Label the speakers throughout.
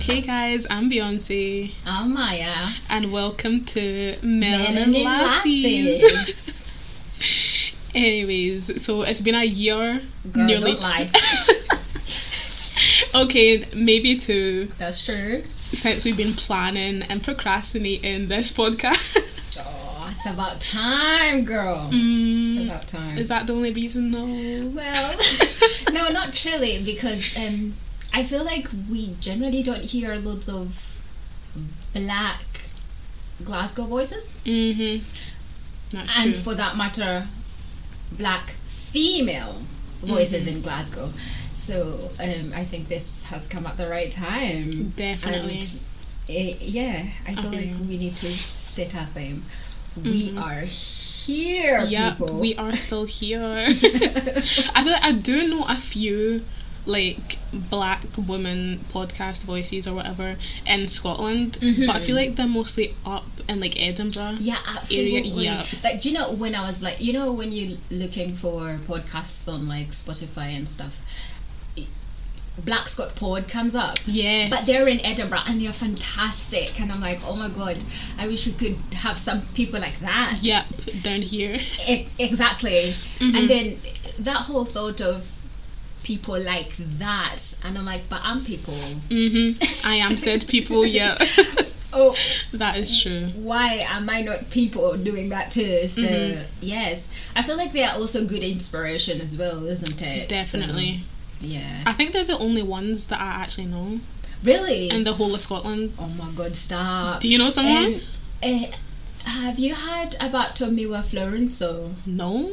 Speaker 1: Hey guys, I'm Beyonce,
Speaker 2: I'm Oh, Maya.
Speaker 1: and welcome to Melanin,
Speaker 2: Melanin
Speaker 1: Lassies.
Speaker 2: Lassies.
Speaker 1: Anyways, so it's been a year,
Speaker 2: Girl,
Speaker 1: nearly.
Speaker 2: don't
Speaker 1: t-
Speaker 2: lie.
Speaker 1: okay, maybe two
Speaker 2: That's true.
Speaker 1: since we've been planning and procrastinating this podcast.
Speaker 2: Oh, it's about time, girl. It's
Speaker 1: Mm,
Speaker 2: about time.
Speaker 1: is that the only reason, though?
Speaker 2: well, no, not really, because um, I feel like we generally don't hear loads of black Glasgow voices,
Speaker 1: Mm-hmm. That's
Speaker 2: and
Speaker 1: true.
Speaker 2: for that matter, black female voices
Speaker 1: Mm-hmm.
Speaker 2: in Glasgow. So um, I think this has come at the right time.
Speaker 1: Definitely.
Speaker 2: And eh, yeah, I feel
Speaker 1: Okay. Mm-hmm.
Speaker 2: like we need to state our claim. We are here,
Speaker 1: yeah,
Speaker 2: people.
Speaker 1: we are still here. I feel like I do know a few like black women podcast voices or whatever in Scotland, but I
Speaker 2: Mm-hmm.
Speaker 1: feel like they're mostly up in like Edinburgh.
Speaker 2: yeah,
Speaker 1: area,
Speaker 2: absolutely.
Speaker 1: yeah.
Speaker 2: Like, do you know when I was like, you know, when you're looking for podcasts on like Spotify and stuff, it- Black Scott Pod comes up.
Speaker 1: Yes.
Speaker 2: But they're in Edinburgh and they're fantastic. And I'm like, oh my god, I wish we could have some people like that.
Speaker 1: Yep, down here.
Speaker 2: E- exactly.
Speaker 1: Mm-hmm.
Speaker 2: And then that whole thought of people like that, and I'm like, but I'm people.
Speaker 1: Mm-hmm. I am said people, yeah.
Speaker 2: Oh,
Speaker 1: that is true.
Speaker 2: why am I not people doing that too? So
Speaker 1: Mm-hmm.
Speaker 2: yes, I feel like they are also good inspiration as well, isn't it? So,
Speaker 1: Definitely.
Speaker 2: yeah.
Speaker 1: I think they're the only ones that I actually know
Speaker 2: Really?
Speaker 1: in the whole of Scotland.
Speaker 2: oh my God! Stop.
Speaker 1: Do you know someone?
Speaker 2: And, eh, have you heard about Tomiwa Florenzo?
Speaker 1: no.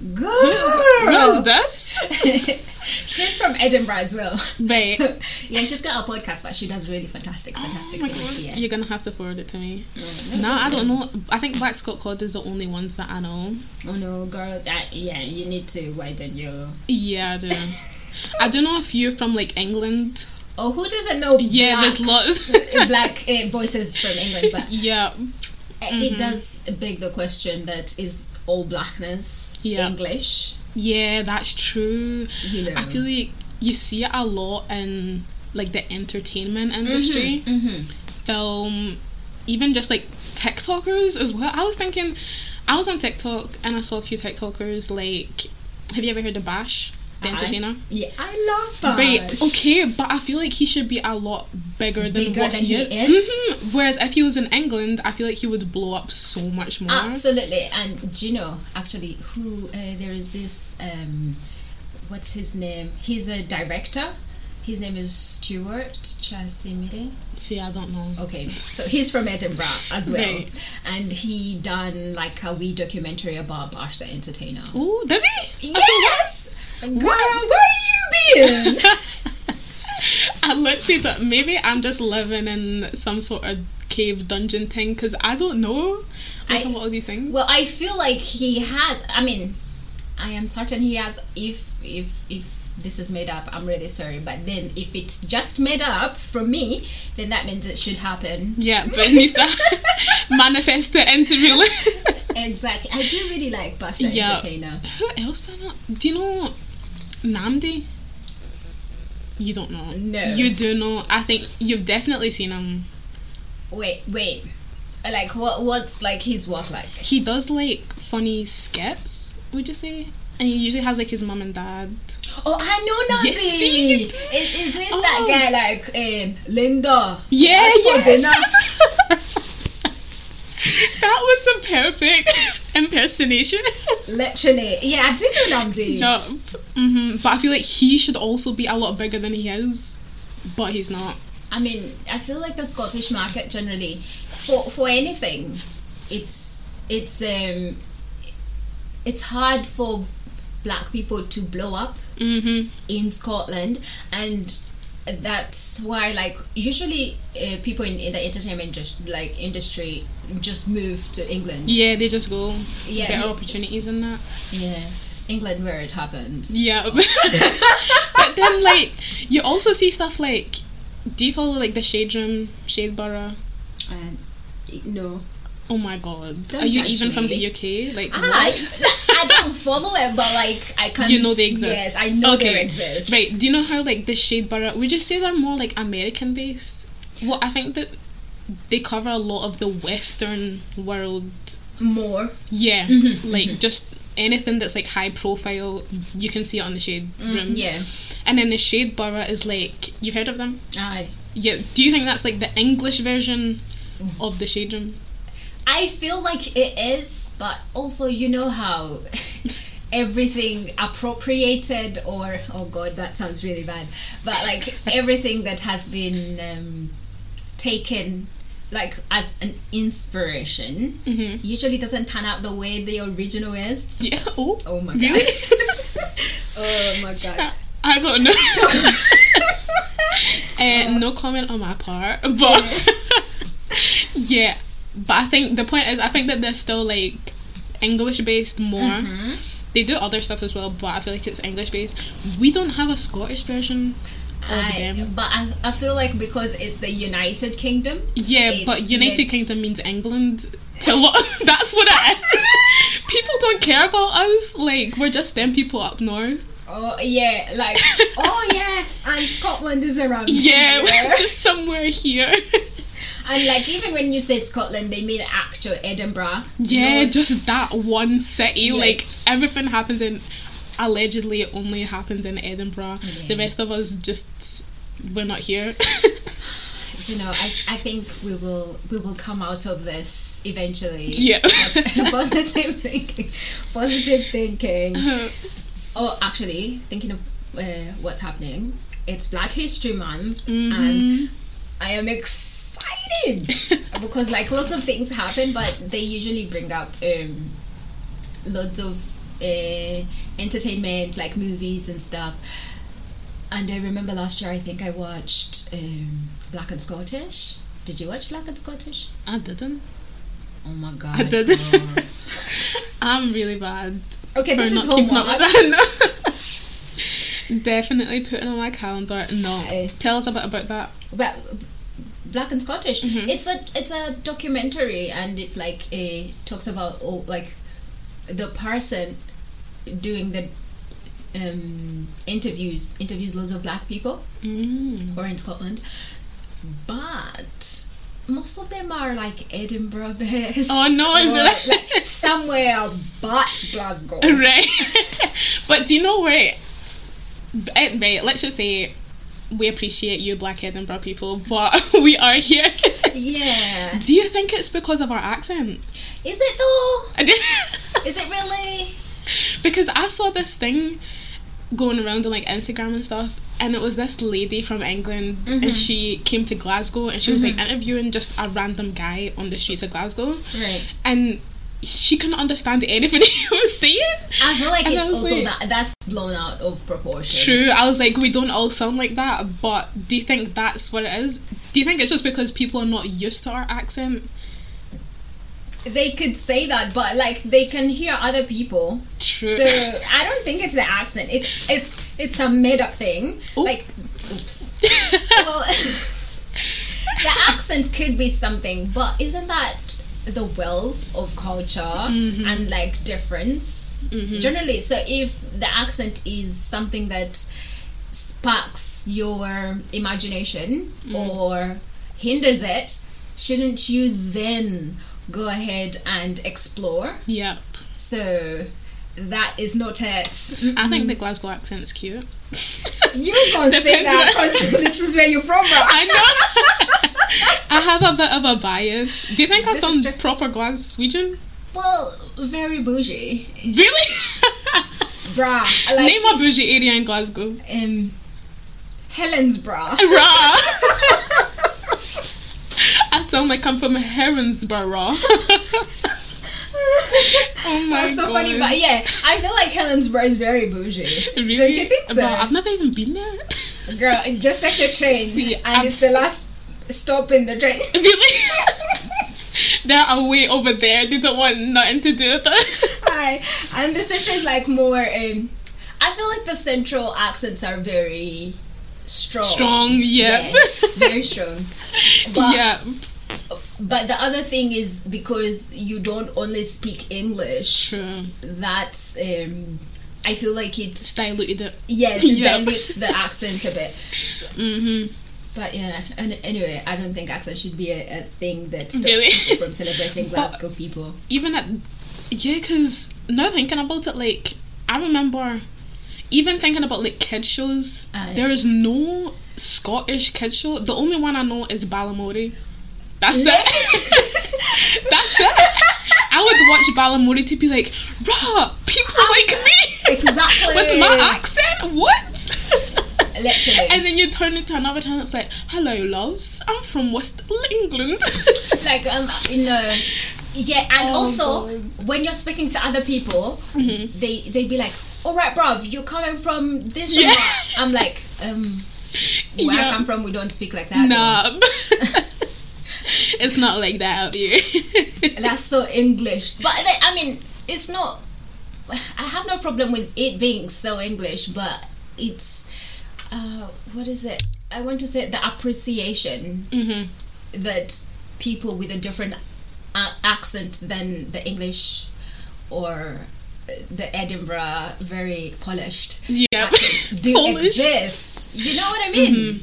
Speaker 1: Who is
Speaker 2: Girl,
Speaker 1: this?
Speaker 2: she's from Edinburgh as well.
Speaker 1: Wait.
Speaker 2: yeah, she's got a podcast, but she does really fantastic, fantastic
Speaker 1: Oh my
Speaker 2: things.
Speaker 1: God.
Speaker 2: Yeah.
Speaker 1: You're gonna have to forward it to me.
Speaker 2: Mm.
Speaker 1: No, I don't know. I think Black Scott Cod is the only ones that I know.
Speaker 2: Oh no, girl. That, yeah, you need to widen your.
Speaker 1: Yeah, I do. I do know a few from like England.
Speaker 2: Oh, who doesn't know?
Speaker 1: Yeah,
Speaker 2: blacks-
Speaker 1: there's lots.
Speaker 2: black uh, voices from England, but
Speaker 1: yeah,
Speaker 2: uh,
Speaker 1: Mm-hmm.
Speaker 2: it does beg the question that is all blackness
Speaker 1: Yeah.
Speaker 2: English?
Speaker 1: yeah, that's true.
Speaker 2: You know.
Speaker 1: I feel like you see it a lot in like the entertainment
Speaker 2: Mm-hmm.
Speaker 1: industry,
Speaker 2: Mhm.
Speaker 1: Mm-hmm. film, even just like TikTokers as well. I was thinking, I was on TikTok and I saw a few TikTokers. Like, have you ever heard of Bash, the
Speaker 2: I-
Speaker 1: entertainer?
Speaker 2: Yeah, I love Bash.
Speaker 1: Right, okay, but I feel like he should be a lot bigger than
Speaker 2: Bigger
Speaker 1: what
Speaker 2: than he is?
Speaker 1: Mhm. Whereas if he was in England, I feel like he would blow up so much more.
Speaker 2: Ah, Absolutely, and do you know actually who uh, there is this? Um, what's his name? He's a director. His name is Stuart Chasimire.
Speaker 1: See, I don't know.
Speaker 2: Okay, so he's from Edinburgh as well,
Speaker 1: Right.
Speaker 2: and he done like a wee documentary about Bash the Entertainer.
Speaker 1: Oh, did he?
Speaker 2: Yes, girl, where have you been?
Speaker 1: I literally thought maybe I'm just living in some sort of cave dungeon thing because I don't know like,
Speaker 2: I-
Speaker 1: about all these things.
Speaker 2: Well, I feel like he has. I mean, I am certain he has. If if if this is made up, I'm really sorry. But then, if it's just made up from me, then that means it should happen.
Speaker 1: Yeah, but it needs to manifest it into real life.
Speaker 2: Exactly. I do really like Buff the
Speaker 1: Yeah.
Speaker 2: Entertainer.
Speaker 1: Who else do I know? Do you know Namdi? You don't know.
Speaker 2: No.
Speaker 1: You do know. I think you've definitely seen him.
Speaker 2: Wait, wait. Like what? What's like his work like?
Speaker 1: He does like funny skits, would you say? And he usually has like his mum and dad.
Speaker 2: Oh, I know nothing.
Speaker 1: Yes, see, you do.
Speaker 2: is, is this
Speaker 1: Oh.
Speaker 2: that guy like um, Linda?
Speaker 1: Yeah,
Speaker 2: That's for
Speaker 1: yes,
Speaker 2: dinner.
Speaker 1: that's- that was a perfect impersonation.
Speaker 2: Literally, yeah, I do know Namdi.
Speaker 1: yup. hmm But I feel like he should also be a lot bigger than he is, but he's not.
Speaker 2: I mean, I feel like the Scottish market generally, for for anything, it's it's um, it's hard for black people to blow up
Speaker 1: Mm-hmm.
Speaker 2: in Scotland, and that's why like usually uh, people in, in the entertainment indus- like industry just move to England.
Speaker 1: Yeah, they just go
Speaker 2: Yeah,
Speaker 1: better
Speaker 2: he-
Speaker 1: opportunities in that.
Speaker 2: Yeah, England where it happens.
Speaker 1: Yeah. but then like you also see stuff like do you follow like the shade room, shade borough?
Speaker 2: Um, no.
Speaker 1: Oh my god.
Speaker 2: Don't
Speaker 1: Are you
Speaker 2: judge
Speaker 1: even from
Speaker 2: me.
Speaker 1: the UK? Like,
Speaker 2: Ah,
Speaker 1: what?
Speaker 2: I don't follow it, but like I can.
Speaker 1: you know they exist.
Speaker 2: Yes, I know
Speaker 1: okay.
Speaker 2: they exist.
Speaker 1: Right. Do you know how like the shade borough? Would you say they're more like American based? Well, I think that they cover a lot of the Western world.
Speaker 2: More.
Speaker 1: Yeah,
Speaker 2: Mm-hmm,
Speaker 1: like just anything that's like high profile, you can see it on the shade room.
Speaker 2: Mm, Yeah.
Speaker 1: And then the shade borough is like you've heard of them.
Speaker 2: Aye.
Speaker 1: Yeah. Do you think that's like the English version of the shade room?
Speaker 2: I feel like it is, but also you know how everything appropriated or oh god, that sounds really bad. But like everything that has been um, taken like as an inspiration
Speaker 1: Mhm.
Speaker 2: usually doesn't turn out the way the original is.
Speaker 1: Yeah. Oh.
Speaker 2: Oh my
Speaker 1: Really?
Speaker 2: god. oh my god.
Speaker 1: I don't know. Uh, no comment on my part, but yeah. But I think the point is, I think that they're still like English based more.
Speaker 2: Mm-hmm.
Speaker 1: They do other stuff as well, but I feel like it's English based. We don't have a Scottish version of
Speaker 2: I,
Speaker 1: them.
Speaker 2: but I, I feel like because it's the United Kingdom.
Speaker 1: Yeah, but
Speaker 2: it's
Speaker 1: United
Speaker 2: meant-
Speaker 1: Kingdom means England. To what? That's what it is. people don't care about us. Like we're just them people up north.
Speaker 2: Oh yeah, like oh yeah, and Scotland is around.
Speaker 1: Yeah,
Speaker 2: here.
Speaker 1: we're just somewhere here.
Speaker 2: and like even when you say Scotland, they mean actual Edinburgh.
Speaker 1: Yeah,
Speaker 2: not-
Speaker 1: just that one city. Like
Speaker 2: Yes.
Speaker 1: everything happens in allegedly it only happens in Edinburgh. The
Speaker 2: Yeah.
Speaker 1: rest of us just we're not here.
Speaker 2: you know. I, I think we will we will come out of this eventually.
Speaker 1: yeah.
Speaker 2: positive thinking, positive thinking. Oh, actually, thinking of uh, what's happening, it's Black History Month,
Speaker 1: Mm-hmm.
Speaker 2: and I am excited because like lots of things happen, but they usually bring up um, lots of uh, entertainment, like movies and stuff. And I remember last year, I think I watched um, Black and Scottish. Did you watch Black and Scottish?
Speaker 1: I didn't.
Speaker 2: Oh my god!
Speaker 1: I didn't.
Speaker 2: girl.
Speaker 1: I'm really bad
Speaker 2: Okay, this
Speaker 1: for
Speaker 2: is
Speaker 1: not keeping up
Speaker 2: homework.
Speaker 1: with that. Definitely putting on my calendar. No.
Speaker 2: Aye.
Speaker 1: Tell us a bit about that.
Speaker 2: Ba- Black and Scottish.
Speaker 1: Mm-hmm.
Speaker 2: It's a it's a documentary, and it like eh, talks about all, like the person doing the um, interviews interviews loads of black people
Speaker 1: Mm.
Speaker 2: who are in Scotland, but most of them are like Edinburgh based.
Speaker 1: Oh, no, is
Speaker 2: or,
Speaker 1: it?
Speaker 2: like somewhere but Glasgow?
Speaker 1: Right. but do you know where it, it- right, let's just say we appreciate you black Edinburgh people, but we are here.
Speaker 2: Yeah,
Speaker 1: Do you think it's because of our accent?
Speaker 2: is it though?
Speaker 1: I did-
Speaker 2: Is it really?
Speaker 1: because I saw this thing going around on like Instagram and stuff, and it was this lady from England,
Speaker 2: Mm-hmm.
Speaker 1: and she came to Glasgow, and she was like interviewing just a random guy on the streets of Glasgow,
Speaker 2: Right.
Speaker 1: and she couldn't understand anything he was saying.
Speaker 2: I feel like
Speaker 1: And I
Speaker 2: it's
Speaker 1: was
Speaker 2: also
Speaker 1: like-
Speaker 2: that that's blown out of proportion.
Speaker 1: True. I was like, we don't all sound like that, but do you think that's what it is? Do you think it's just because people are not used to our accent?
Speaker 2: They could say that, but like they can hear other people.
Speaker 1: True.
Speaker 2: So I don't think it's the accent. It's it's it's a made up thing.
Speaker 1: Oh.
Speaker 2: Like, oops. well, the accent could be something, but isn't that the wealth of culture and like difference generally? So if the accent is something that sparks your imagination or hinders it, shouldn't you then go ahead and explore?
Speaker 1: Yep.
Speaker 2: So that is not it.
Speaker 1: I think the Glasgow accent's cute.
Speaker 2: Mm-hmm. You gonna say
Speaker 1: Depends
Speaker 2: that
Speaker 1: on-
Speaker 2: because this is where you're from, bro.
Speaker 1: I know. I have a bit of a bias. Do you think I
Speaker 2: This
Speaker 1: sound
Speaker 2: is true.
Speaker 1: proper Glaswegian?
Speaker 2: Well, very bougie,
Speaker 1: Really?
Speaker 2: bruh. Like
Speaker 1: Name a bougie area in Glasgow.
Speaker 2: um, Helen's bra.
Speaker 1: Rah. I sound like I'm from Heronsborough. oh my
Speaker 2: That's so
Speaker 1: god.
Speaker 2: funny, but yeah, I feel like Helen's bra is very bougie.
Speaker 1: Really?
Speaker 2: Don't you think so,
Speaker 1: But I've never even been there.
Speaker 2: girl? Just take the train,
Speaker 1: See,
Speaker 2: and
Speaker 1: I'm
Speaker 2: it's the
Speaker 1: s-
Speaker 2: last stop in the train.
Speaker 1: really? They're away over there. They don't want nothing to do with it.
Speaker 2: Hi, and the central is like more. Um, I feel like the central accents are very strong.
Speaker 1: Strong, yeah.
Speaker 2: very strong. But
Speaker 1: yeah.
Speaker 2: But the other thing is because you don't only speak English,
Speaker 1: True.
Speaker 2: that's um, I feel like it's
Speaker 1: Diluted it.
Speaker 2: yes, it
Speaker 1: Yeah.
Speaker 2: dilutes the accent a bit.
Speaker 1: Mm-hmm.
Speaker 2: But yeah, and anyway, I don't think accent should be a, a thing that stops
Speaker 1: Really?
Speaker 2: people from celebrating
Speaker 1: But-
Speaker 2: Glasgow people.
Speaker 1: even at yeah because now thinking about it like i remember even thinking about like kid shows
Speaker 2: Aye.
Speaker 1: there is no scottish kid show the only one i know is balamori that's it that's it i would watch balamori to be like rah people like me
Speaker 2: Ah, Exactly.
Speaker 1: with my accent what
Speaker 2: Literally.
Speaker 1: and then you turn into another channel it's like hello loves i'm from west england
Speaker 2: like um in the yeah and
Speaker 1: Oh,
Speaker 2: also
Speaker 1: God.
Speaker 2: when you're speaking to other people
Speaker 1: Mm-hmm.
Speaker 2: they they'd be like all right bruv you're coming from this and
Speaker 1: Yeah.
Speaker 2: that." i'm like um where
Speaker 1: Yeah.
Speaker 2: i come from we don't speak like that
Speaker 1: Nah. it's not like that up here.
Speaker 2: that's so english but they, i mean it's not i have no problem with it being so english but it's uh what is it i want to say the appreciation
Speaker 1: hmm
Speaker 2: that people with a different a- accent than the English or uh, the Edinburgh very polished
Speaker 1: Yeah.
Speaker 2: accent do
Speaker 1: Polish.
Speaker 2: exist. You know what I mean?
Speaker 1: Mm-hmm.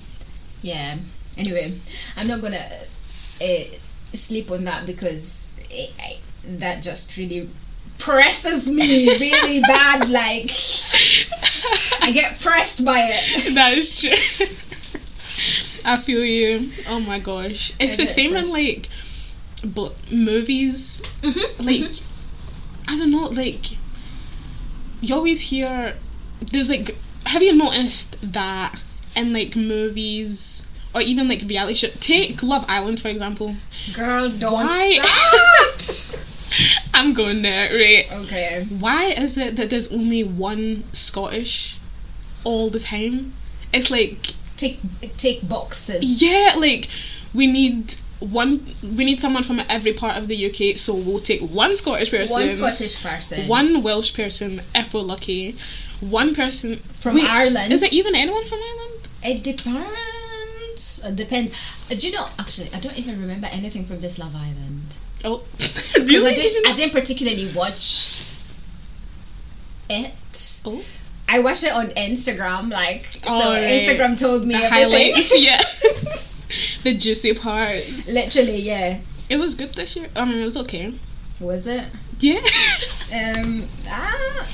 Speaker 2: Yeah. Anyway, I'm not gonna uh, sleep on that because it, I, that just really presses me really bad. Like I get pressed by it.
Speaker 1: That is true. I feel you. Oh my gosh. It's the
Speaker 2: get
Speaker 1: same in
Speaker 2: depressed.
Speaker 1: like bl- movies.
Speaker 2: Mm-hmm.
Speaker 1: Like, I don't know, like, you always hear there's like, have you noticed that in like movies or even like reality show? Take Love Island, for example.
Speaker 2: Girl, don't
Speaker 1: Why-
Speaker 2: start.
Speaker 1: I'm going there, right?
Speaker 2: okay.
Speaker 1: Why is it that there's only one Scottish all the time? It's like
Speaker 2: Take take boxes.
Speaker 1: yeah, like we need one we need someone from every part of the UK, so we'll take one Scottish person,
Speaker 2: One Scottish person.
Speaker 1: one Welsh person if we're lucky, one person
Speaker 2: From Ireland.
Speaker 1: Is it even anyone from Ireland?
Speaker 2: It depends. It depends. Uh, Do you know? Actually, I don't even remember anything from this Love Island.
Speaker 1: Oh,
Speaker 2: 'Cause
Speaker 1: really?
Speaker 2: I
Speaker 1: Did you
Speaker 2: didn't, I
Speaker 1: not-
Speaker 2: didn't particularly watch it.
Speaker 1: oh,
Speaker 2: I watched it on Instagram. Like, so
Speaker 1: Oh, right.
Speaker 2: Instagram told me
Speaker 1: the
Speaker 2: everything.
Speaker 1: highlights, yeah. the juicy parts.
Speaker 2: Literally, yeah.
Speaker 1: It was good this year. I mean, it was okay.
Speaker 2: Was it?
Speaker 1: Yeah.
Speaker 2: Um. Ah.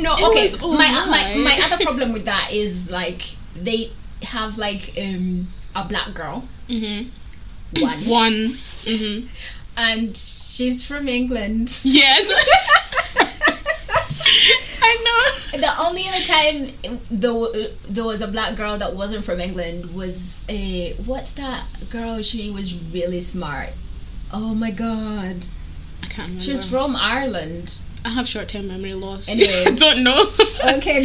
Speaker 2: No.
Speaker 1: It
Speaker 2: Okay.
Speaker 1: was
Speaker 2: My, my
Speaker 1: alright.
Speaker 2: my other problem with that is like they have like um a black girl
Speaker 1: mhm.
Speaker 2: one
Speaker 1: One. Mhm.
Speaker 2: and she's from England.
Speaker 1: Yes. I know.
Speaker 2: The only other time there, there was a black girl that wasn't from England was a what's that girl? She was really smart. Oh my god,
Speaker 1: I can't remember.
Speaker 2: she was from Ireland.
Speaker 1: I have short term memory loss.
Speaker 2: Anyway.
Speaker 1: I don't know.
Speaker 2: Okay,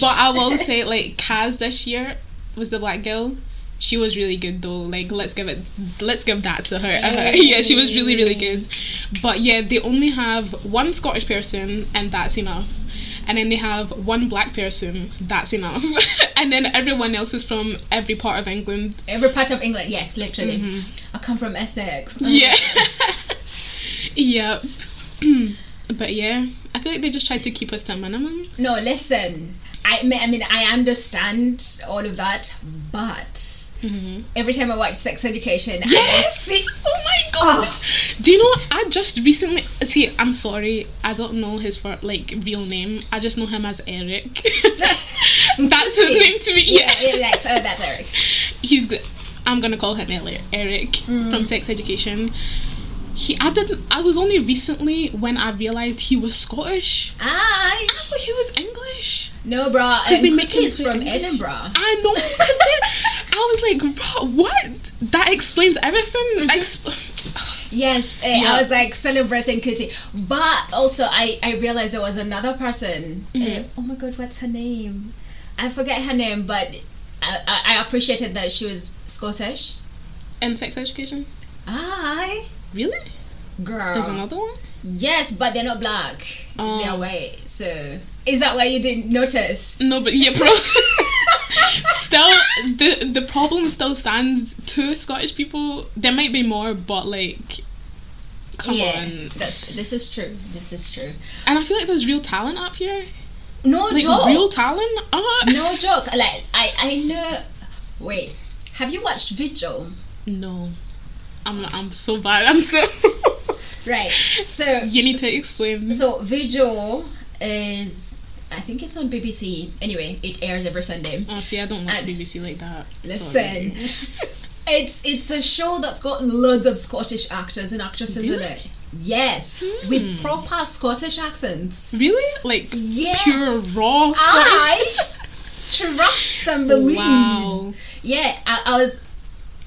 Speaker 1: But I will say, like, Kaz this year was the black girl. She was really good though. Like, let's give it, let's give that to her. Uh-huh. yeah, she was really, really good. But yeah, they only have one Scottish person, and that's enough. And then they have one black person, that's enough. and then everyone else is from every part of England.
Speaker 2: every part of England, yes, literally. I come from Essex.
Speaker 1: Yeah. Um, yep. but yeah, I feel like they just tried to keep us to a minimum.
Speaker 2: No, listen. I mean, I mean, I understand all of that, but every time I watch Sex Education, I see.
Speaker 1: Oh my god! Do you know? I just recently see. I'm sorry, I don't know his for like real name. I just know him as Eric. That's his name to me.
Speaker 2: Yeah,
Speaker 1: Yeah, oh,
Speaker 2: yeah, like so. That's Eric.
Speaker 1: he's. g- I'm gonna call him Eli- Eric from Sex Education. He, I didn't. I was only recently when I realized he was Scottish.
Speaker 2: Aye.
Speaker 1: I thought he was English.
Speaker 2: No, bruh.
Speaker 1: Because they
Speaker 2: Um,
Speaker 1: make
Speaker 2: Quickie
Speaker 1: him
Speaker 2: is
Speaker 1: do
Speaker 2: from
Speaker 1: English.
Speaker 2: Edinburgh.
Speaker 1: I know. I was like, "Bro, what? That explains everything.
Speaker 2: Mm-hmm.
Speaker 1: Ex-
Speaker 2: Yes, eh, I
Speaker 1: Yeah.
Speaker 2: was like celebrating Kuti. But also, I, I realized there was another person. Eh, oh my god, what's her name? I forget her name, but I, I, I appreciated that she was Scottish.
Speaker 1: and sex education.
Speaker 2: Aye.
Speaker 1: Really?
Speaker 2: Girl.
Speaker 1: There's another one.
Speaker 2: Yes, but they're not black.
Speaker 1: Oh.
Speaker 2: They're white. So, is that why you didn't notice?
Speaker 1: No, but yeah, bro. still the the problem still stands to Scottish people. There might be more, but like, come
Speaker 2: yeah,
Speaker 1: on.
Speaker 2: that's this is true. This is true.
Speaker 1: And I feel like there's real talent up here.
Speaker 2: No
Speaker 1: Like
Speaker 2: joke.
Speaker 1: real talent. Uh,
Speaker 2: no joke. Like I, I know. Wait, have you watched Vigil?
Speaker 1: No. I'm I'm so bad. I'm so.
Speaker 2: Right. So
Speaker 1: you need to explain.
Speaker 2: So Vigil is, I think it's on BBC. Anyway, it airs every Sunday.
Speaker 1: Oh, see, I don't watch
Speaker 2: Uh,
Speaker 1: BBC like that.
Speaker 2: Listen,
Speaker 1: Sorry.
Speaker 2: it's it's a show that's got loads of Scottish actors and actresses
Speaker 1: Really? Hmm.
Speaker 2: in it. Yes, with proper Scottish accents.
Speaker 1: Really? Like
Speaker 2: Yeah.
Speaker 1: Hmm. pure raw Scottish.
Speaker 2: I trust and believe.
Speaker 1: Wow.
Speaker 2: Yeah, I, I was.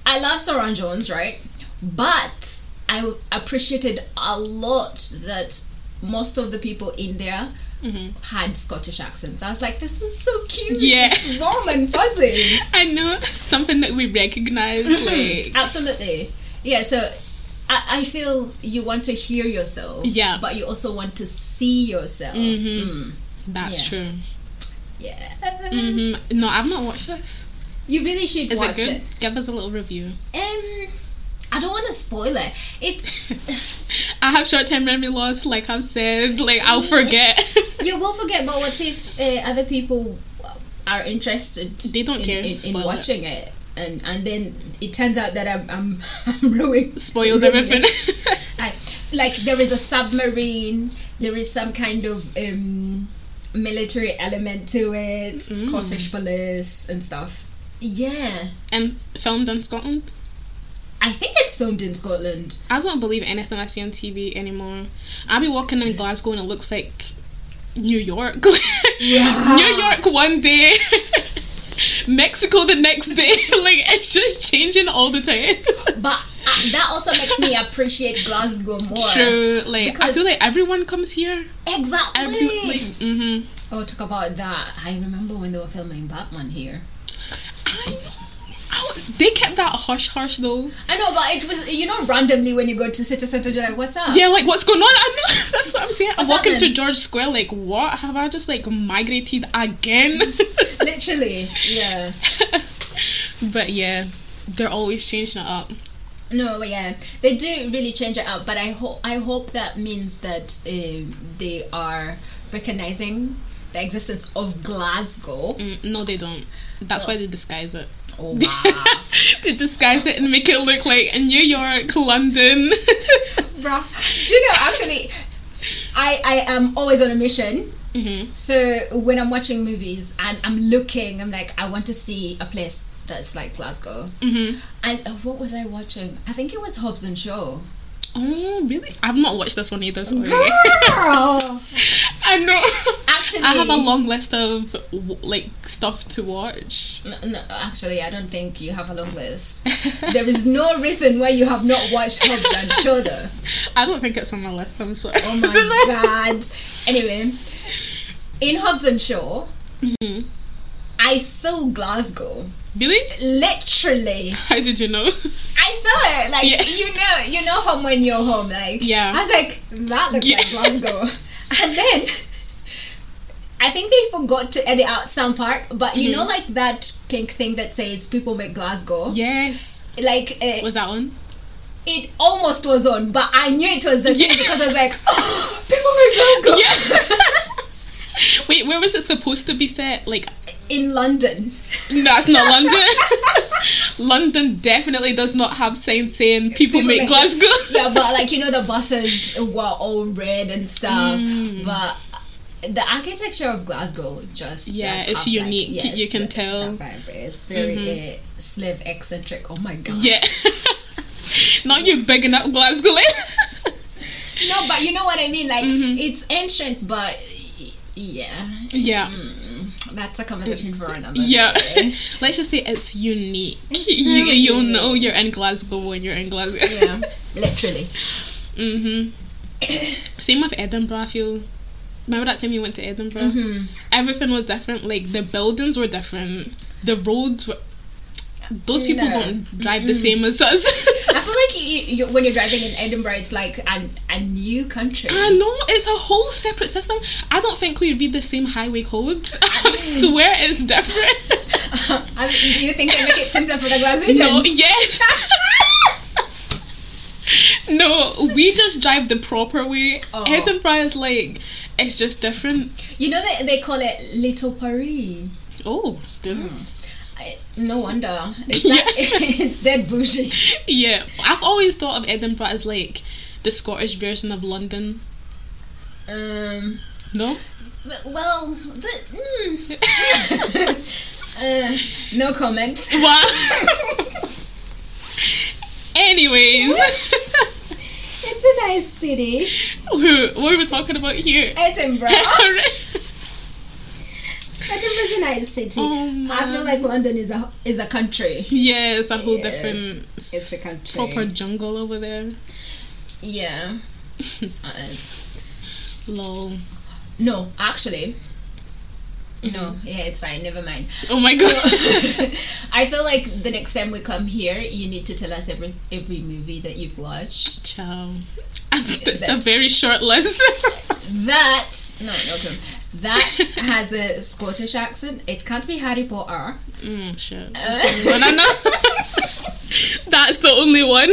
Speaker 2: I love Soran Jones, right? But I appreciated a lot that most of the people in there
Speaker 1: Mm-hmm.
Speaker 2: had Scottish accents. I was like, this is so cute.
Speaker 1: Yeah.
Speaker 2: It's warm and fuzzy.
Speaker 1: I know something that we recognize.
Speaker 2: Mm-hmm.
Speaker 1: Like
Speaker 2: Absolutely. Yeah, so. I I feel you want to hear yourself,
Speaker 1: Yeah. Mm-hmm.
Speaker 2: but you also want to see yourself. Mm.
Speaker 1: that's
Speaker 2: Yeah.
Speaker 1: true.
Speaker 2: Yeah,
Speaker 1: Mm-hmm. No, I've not watched this.
Speaker 2: you really should
Speaker 1: Is
Speaker 2: watch
Speaker 1: it good? Give us a little review.
Speaker 2: Um, I don't want to spoil it. It's
Speaker 1: I have short-term memory loss, like I've said. Like I'll forget.
Speaker 2: you will forget, but what if uh, other people are interested?
Speaker 1: They don't
Speaker 2: in,
Speaker 1: care,
Speaker 2: in, in
Speaker 1: spoil it.
Speaker 2: watching it. and and then it turns out that I'm I'm, I'm ruined.
Speaker 1: Spoiled
Speaker 2: ruining
Speaker 1: everything.
Speaker 2: it. I, like there is a submarine. There is some kind of um, military element to it.
Speaker 1: Mm.
Speaker 2: Scottish police and stuff. Yeah,
Speaker 1: and filmed in Scotland.
Speaker 2: I think it's filmed in Scotland.
Speaker 1: I don't believe anything I see on TV anymore. I be walking in Glasgow and it looks like New York.
Speaker 2: Yeah.
Speaker 1: New York one day, Mexico the next day. like it's just changing all the time.
Speaker 2: But uh, that also makes me appreciate Glasgow more.
Speaker 1: True, like I
Speaker 2: Because-
Speaker 1: feel like everyone comes here.
Speaker 2: Exactly.
Speaker 1: Every, like, hmm
Speaker 2: Oh, talk about that. I remember when they were filming Batman here.
Speaker 1: I know. I was- they kept that hush hush though.
Speaker 2: I know, but it was, you know, randomly when you go to City Center, you're like, what's up?
Speaker 1: Yeah, like what's going on? I know. That's what I'm saying. I'm
Speaker 2: What's
Speaker 1: walking through
Speaker 2: happening?
Speaker 1: George Square. Like, what have I just like migrated again?
Speaker 2: Literally. Yeah.
Speaker 1: but yeah, they're always changing it up.
Speaker 2: No, but yeah. They do really change it up, but I, hope I hope that means that um they are recognizing the existence of Glasgow.
Speaker 1: Mm, no, they don't. That's why they disguise it.
Speaker 2: Oh, wow.
Speaker 1: they disguise it and make it look like in New York, London.
Speaker 2: Bruh. Do you know, actually, I, I am always on a mission.
Speaker 1: hmm
Speaker 2: So when I'm watching movies and I'm looking, I'm like, I want to see a place that's like Glasgow.
Speaker 1: hmm
Speaker 2: And uh, what was I watching? I think it was Hobbs and Shaw.
Speaker 1: Oh, really? I've not watched this one either. Sorry.
Speaker 2: Girl,
Speaker 1: I know.
Speaker 2: actually,
Speaker 1: I have a long list of w- like stuff to watch.
Speaker 2: No, no, actually, I don't think you have a long list. there is no reason why you have not watched Hobbs and Shaw, though.
Speaker 1: I don't think it's on my list. I'm sorry.
Speaker 2: Oh my god. Anyway, in Hobbs and Shaw,
Speaker 1: Mhm.
Speaker 2: I saw Glasgow.
Speaker 1: Really?
Speaker 2: Literally.
Speaker 1: How did you know?
Speaker 2: I saw it. Like
Speaker 1: Yeah.
Speaker 2: you know, you know home when you're home. Like
Speaker 1: Yeah.
Speaker 2: I was like that looks
Speaker 1: Yeah.
Speaker 2: like Glasgow, and then I think they forgot to edit out some part. But you know,
Speaker 1: Mm-hmm.
Speaker 2: like that pink thing that says people make Glasgow.
Speaker 1: yes.
Speaker 2: Like uh,
Speaker 1: Was that one?
Speaker 2: it almost was on, but I knew it was the
Speaker 1: Yeah.
Speaker 2: thing because I was like, oh, people make Glasgow
Speaker 1: Wait, where was it supposed to be set? Like,
Speaker 2: in London.
Speaker 1: no, that's not London. London definitely does not have signs saying people,
Speaker 2: People
Speaker 1: make,
Speaker 2: make-
Speaker 1: Glasgow.
Speaker 2: yeah, but like you know, the buses were all red and stuff.
Speaker 1: Mm.
Speaker 2: But the architecture of Glasgow just
Speaker 1: Yeah,
Speaker 2: does
Speaker 1: it's
Speaker 2: have, like,
Speaker 1: unique. You can
Speaker 2: that-
Speaker 1: tell. Mm-hmm.
Speaker 2: that vibe. It's very uh, slave eccentric. Oh my god.
Speaker 1: Yeah. not you bigging up Glasgow. eh?
Speaker 2: No, but you know what I mean. Like
Speaker 1: Mm-hmm.
Speaker 2: it's ancient, but y- yeah,
Speaker 1: yeah.
Speaker 2: Mm, that's a conversation for another.
Speaker 1: Yeah.
Speaker 2: day.
Speaker 1: Let's just say it's unique.
Speaker 2: It's
Speaker 1: you,
Speaker 2: very
Speaker 1: you'll
Speaker 2: unique.
Speaker 1: know you're in Glasgow when you're in Glasgow.
Speaker 2: yeah, literally.
Speaker 1: hmm Same with Edinburgh, I feel. Remember that time you went to Edinburgh?
Speaker 2: Mhm.
Speaker 1: Everything was different. Like, the buildings were different. The roads were... Those people
Speaker 2: No.
Speaker 1: don't drive the same as us.
Speaker 2: I feel like you, you, when you're driving in Edinburgh, it's like an, a new country.
Speaker 1: I know, it's a whole
Speaker 2: Mm.
Speaker 1: separate system. I don't think we read the same highway code. I swear it's different.
Speaker 2: I mean, do you think they make it simpler for the Glaswegians?
Speaker 1: No, yes. no, we just drive the proper way.
Speaker 2: Oh.
Speaker 1: Edinburgh is like it's just different.
Speaker 2: You know they, they call it Little Paris.
Speaker 1: Oh, do they?
Speaker 2: Hmm. I, no wonder. It's, that, it's dead bougie.
Speaker 1: yeah. I've always thought of Edinburgh as like the Scottish version of London.
Speaker 2: Um,
Speaker 1: No,
Speaker 2: but- well, but, mm. uh, no comment.
Speaker 1: What? Anyways,
Speaker 2: It's a nice city.
Speaker 1: who what are we talking about here?
Speaker 2: Edinburgh.
Speaker 1: Alright.
Speaker 2: Edinburgh's a nice city.
Speaker 1: Oh,
Speaker 2: I feel
Speaker 1: man.
Speaker 2: like London is a is a country.
Speaker 1: yeah, it's a whole
Speaker 2: Yeah.
Speaker 1: different s-
Speaker 2: It's a country.
Speaker 1: proper jungle over there.
Speaker 2: Yeah. Uh, it's-
Speaker 1: Lol.
Speaker 2: no, actually.
Speaker 1: Mm-hmm.
Speaker 2: No, yeah, it's fine. Never mind.
Speaker 1: Oh my god.
Speaker 2: I feel like the next time we come here, you need to tell us every every movie that you've watched.
Speaker 1: Ciao. That's a
Speaker 2: That's-
Speaker 1: very short list.
Speaker 2: That no, no, okay. That has a Scottish accent. It can't be Harry Potter.
Speaker 1: mm, shit. That's the only one I know. That's the only one.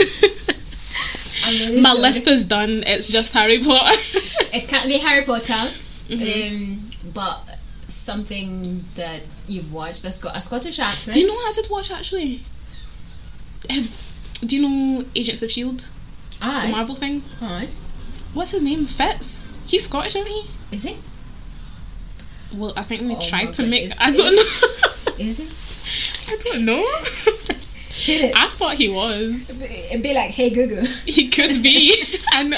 Speaker 2: I'm really
Speaker 1: My
Speaker 2: sorry.
Speaker 1: list is done. It's just Harry Potter.
Speaker 2: It can't be Harry Potter.
Speaker 1: Mm-hmm.
Speaker 2: Um, but something that you've watched that's got a Scottish accent.
Speaker 1: Do you know what I did watch actually? Um, do you know Agents of Shield, the
Speaker 2: Aye.
Speaker 1: E Marvel thing?
Speaker 2: Aye.
Speaker 1: What's his name? Fitz. He's Scottish, isn't he?
Speaker 2: Is it?
Speaker 1: Well, I think they
Speaker 2: Oh my
Speaker 1: tried to
Speaker 2: God,
Speaker 1: make.
Speaker 2: is-
Speaker 1: I don't know.
Speaker 2: Is it?
Speaker 1: I don't know.
Speaker 2: Hit it.
Speaker 1: I thought he was.
Speaker 2: It'd be like, hey, Google.
Speaker 1: He could be. and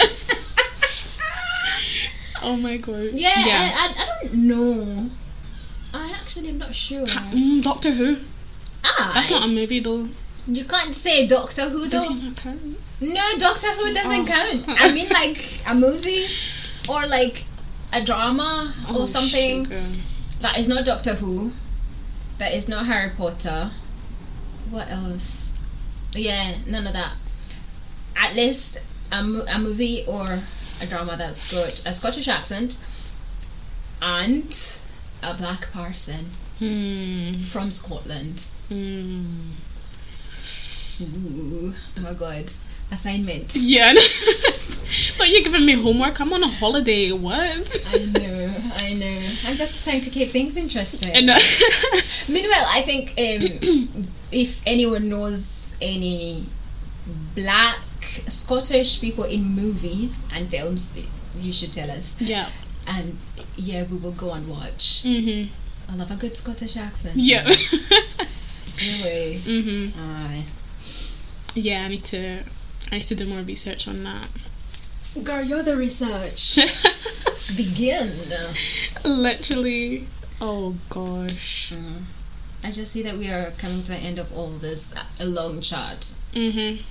Speaker 1: oh my god.
Speaker 2: Yeah, I, I, I don't know. I actually am not sure.
Speaker 1: Ha- mm, Doctor Who.
Speaker 2: Ah,
Speaker 1: That's not a movie though.
Speaker 2: You can't say Doctor Who
Speaker 1: Does
Speaker 2: though.
Speaker 1: he not count?
Speaker 2: No, Doctor Who doesn't
Speaker 1: Oh.
Speaker 2: count. I mean, like a movie or like a drama
Speaker 1: Oh,
Speaker 2: or something
Speaker 1: sugar.
Speaker 2: that is not Doctor Who. That is not Harry Potter. What else? Yeah, none of that. At least a, mo- a movie or a drama that's got a Scottish accent and a black person
Speaker 1: Hmm.
Speaker 2: from Scotland.
Speaker 1: Hmm.
Speaker 2: Ooh, oh my god. Assignment.
Speaker 1: Yeah. but you're giving me homework. I'm on a holiday. What?
Speaker 2: I know, I know. I'm just trying to keep things interesting.
Speaker 1: And, uh,
Speaker 2: Meanwhile, I think um, if anyone knows any black Scottish people in movies and films, you should tell us.
Speaker 1: yeah.
Speaker 2: And yeah, we will go and watch.
Speaker 1: Mhm.
Speaker 2: I love a good Scottish accent.
Speaker 1: Yeah.
Speaker 2: Really.
Speaker 1: mhm.
Speaker 2: Aye.
Speaker 1: Yeah. I need to. I need to do more research on that.
Speaker 2: Girl, you're the research. Begin.
Speaker 1: Literally. Oh gosh.
Speaker 2: Mm-hmm. I just see that we are coming to the end of all this uh, long chat.
Speaker 1: Mhm.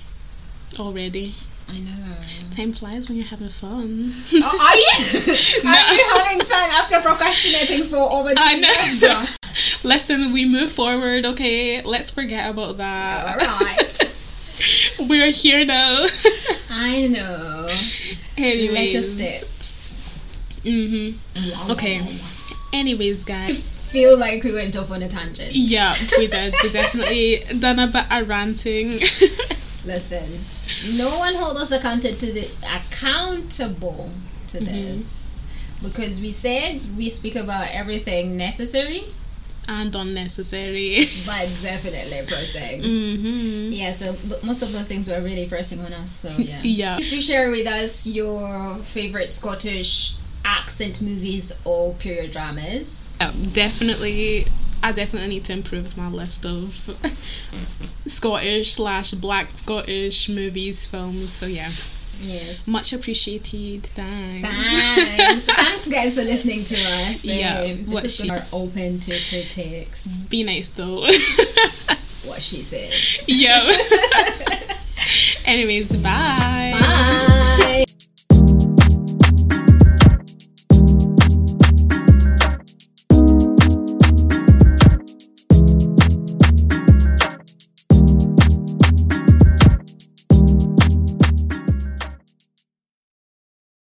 Speaker 1: Already.
Speaker 2: I know.
Speaker 1: Time flies when you're having fun.
Speaker 2: Mm. Oh, are you?
Speaker 1: No.
Speaker 2: Are you having fun after procrastinating for over
Speaker 1: I
Speaker 2: two
Speaker 1: know.
Speaker 2: years, bro?
Speaker 1: Listen, we move forward. Okay, let's forget about that.
Speaker 2: All right.
Speaker 1: We're here now.
Speaker 2: I know.
Speaker 1: Anyways.
Speaker 2: Later steps.
Speaker 1: Mhm. Okay. Anyways, guys.
Speaker 2: Feel like we went off on a tangent.
Speaker 1: Yeah, we did. We definitely done a bit of ranting.
Speaker 2: Listen, no one hold us accounted to the accountable to
Speaker 1: Mm-hmm.
Speaker 2: this because we said we speak about everything necessary,
Speaker 1: and unnecessary.
Speaker 2: but definitely pressing.
Speaker 1: Mm-hmm.
Speaker 2: Yeah, so th- most of those things were really pressing on us. So yeah,
Speaker 1: Yeah.
Speaker 2: Please do share with us your favorite Scottish accent movies or period dramas.
Speaker 1: Yeah, Um, definitely. I definitely need to improve my list of Scottish slash Black Scottish movies, films. So yeah,
Speaker 2: Yes.
Speaker 1: much appreciated. Thanks.
Speaker 2: Thanks. Thanks, guys, for listening to us.
Speaker 1: Yeah,
Speaker 2: Um,
Speaker 1: what
Speaker 2: this is
Speaker 1: she-
Speaker 2: are open to critics.
Speaker 1: Be nice though.
Speaker 2: What she said.
Speaker 1: yeah. Anyways, bye.
Speaker 2: Bye.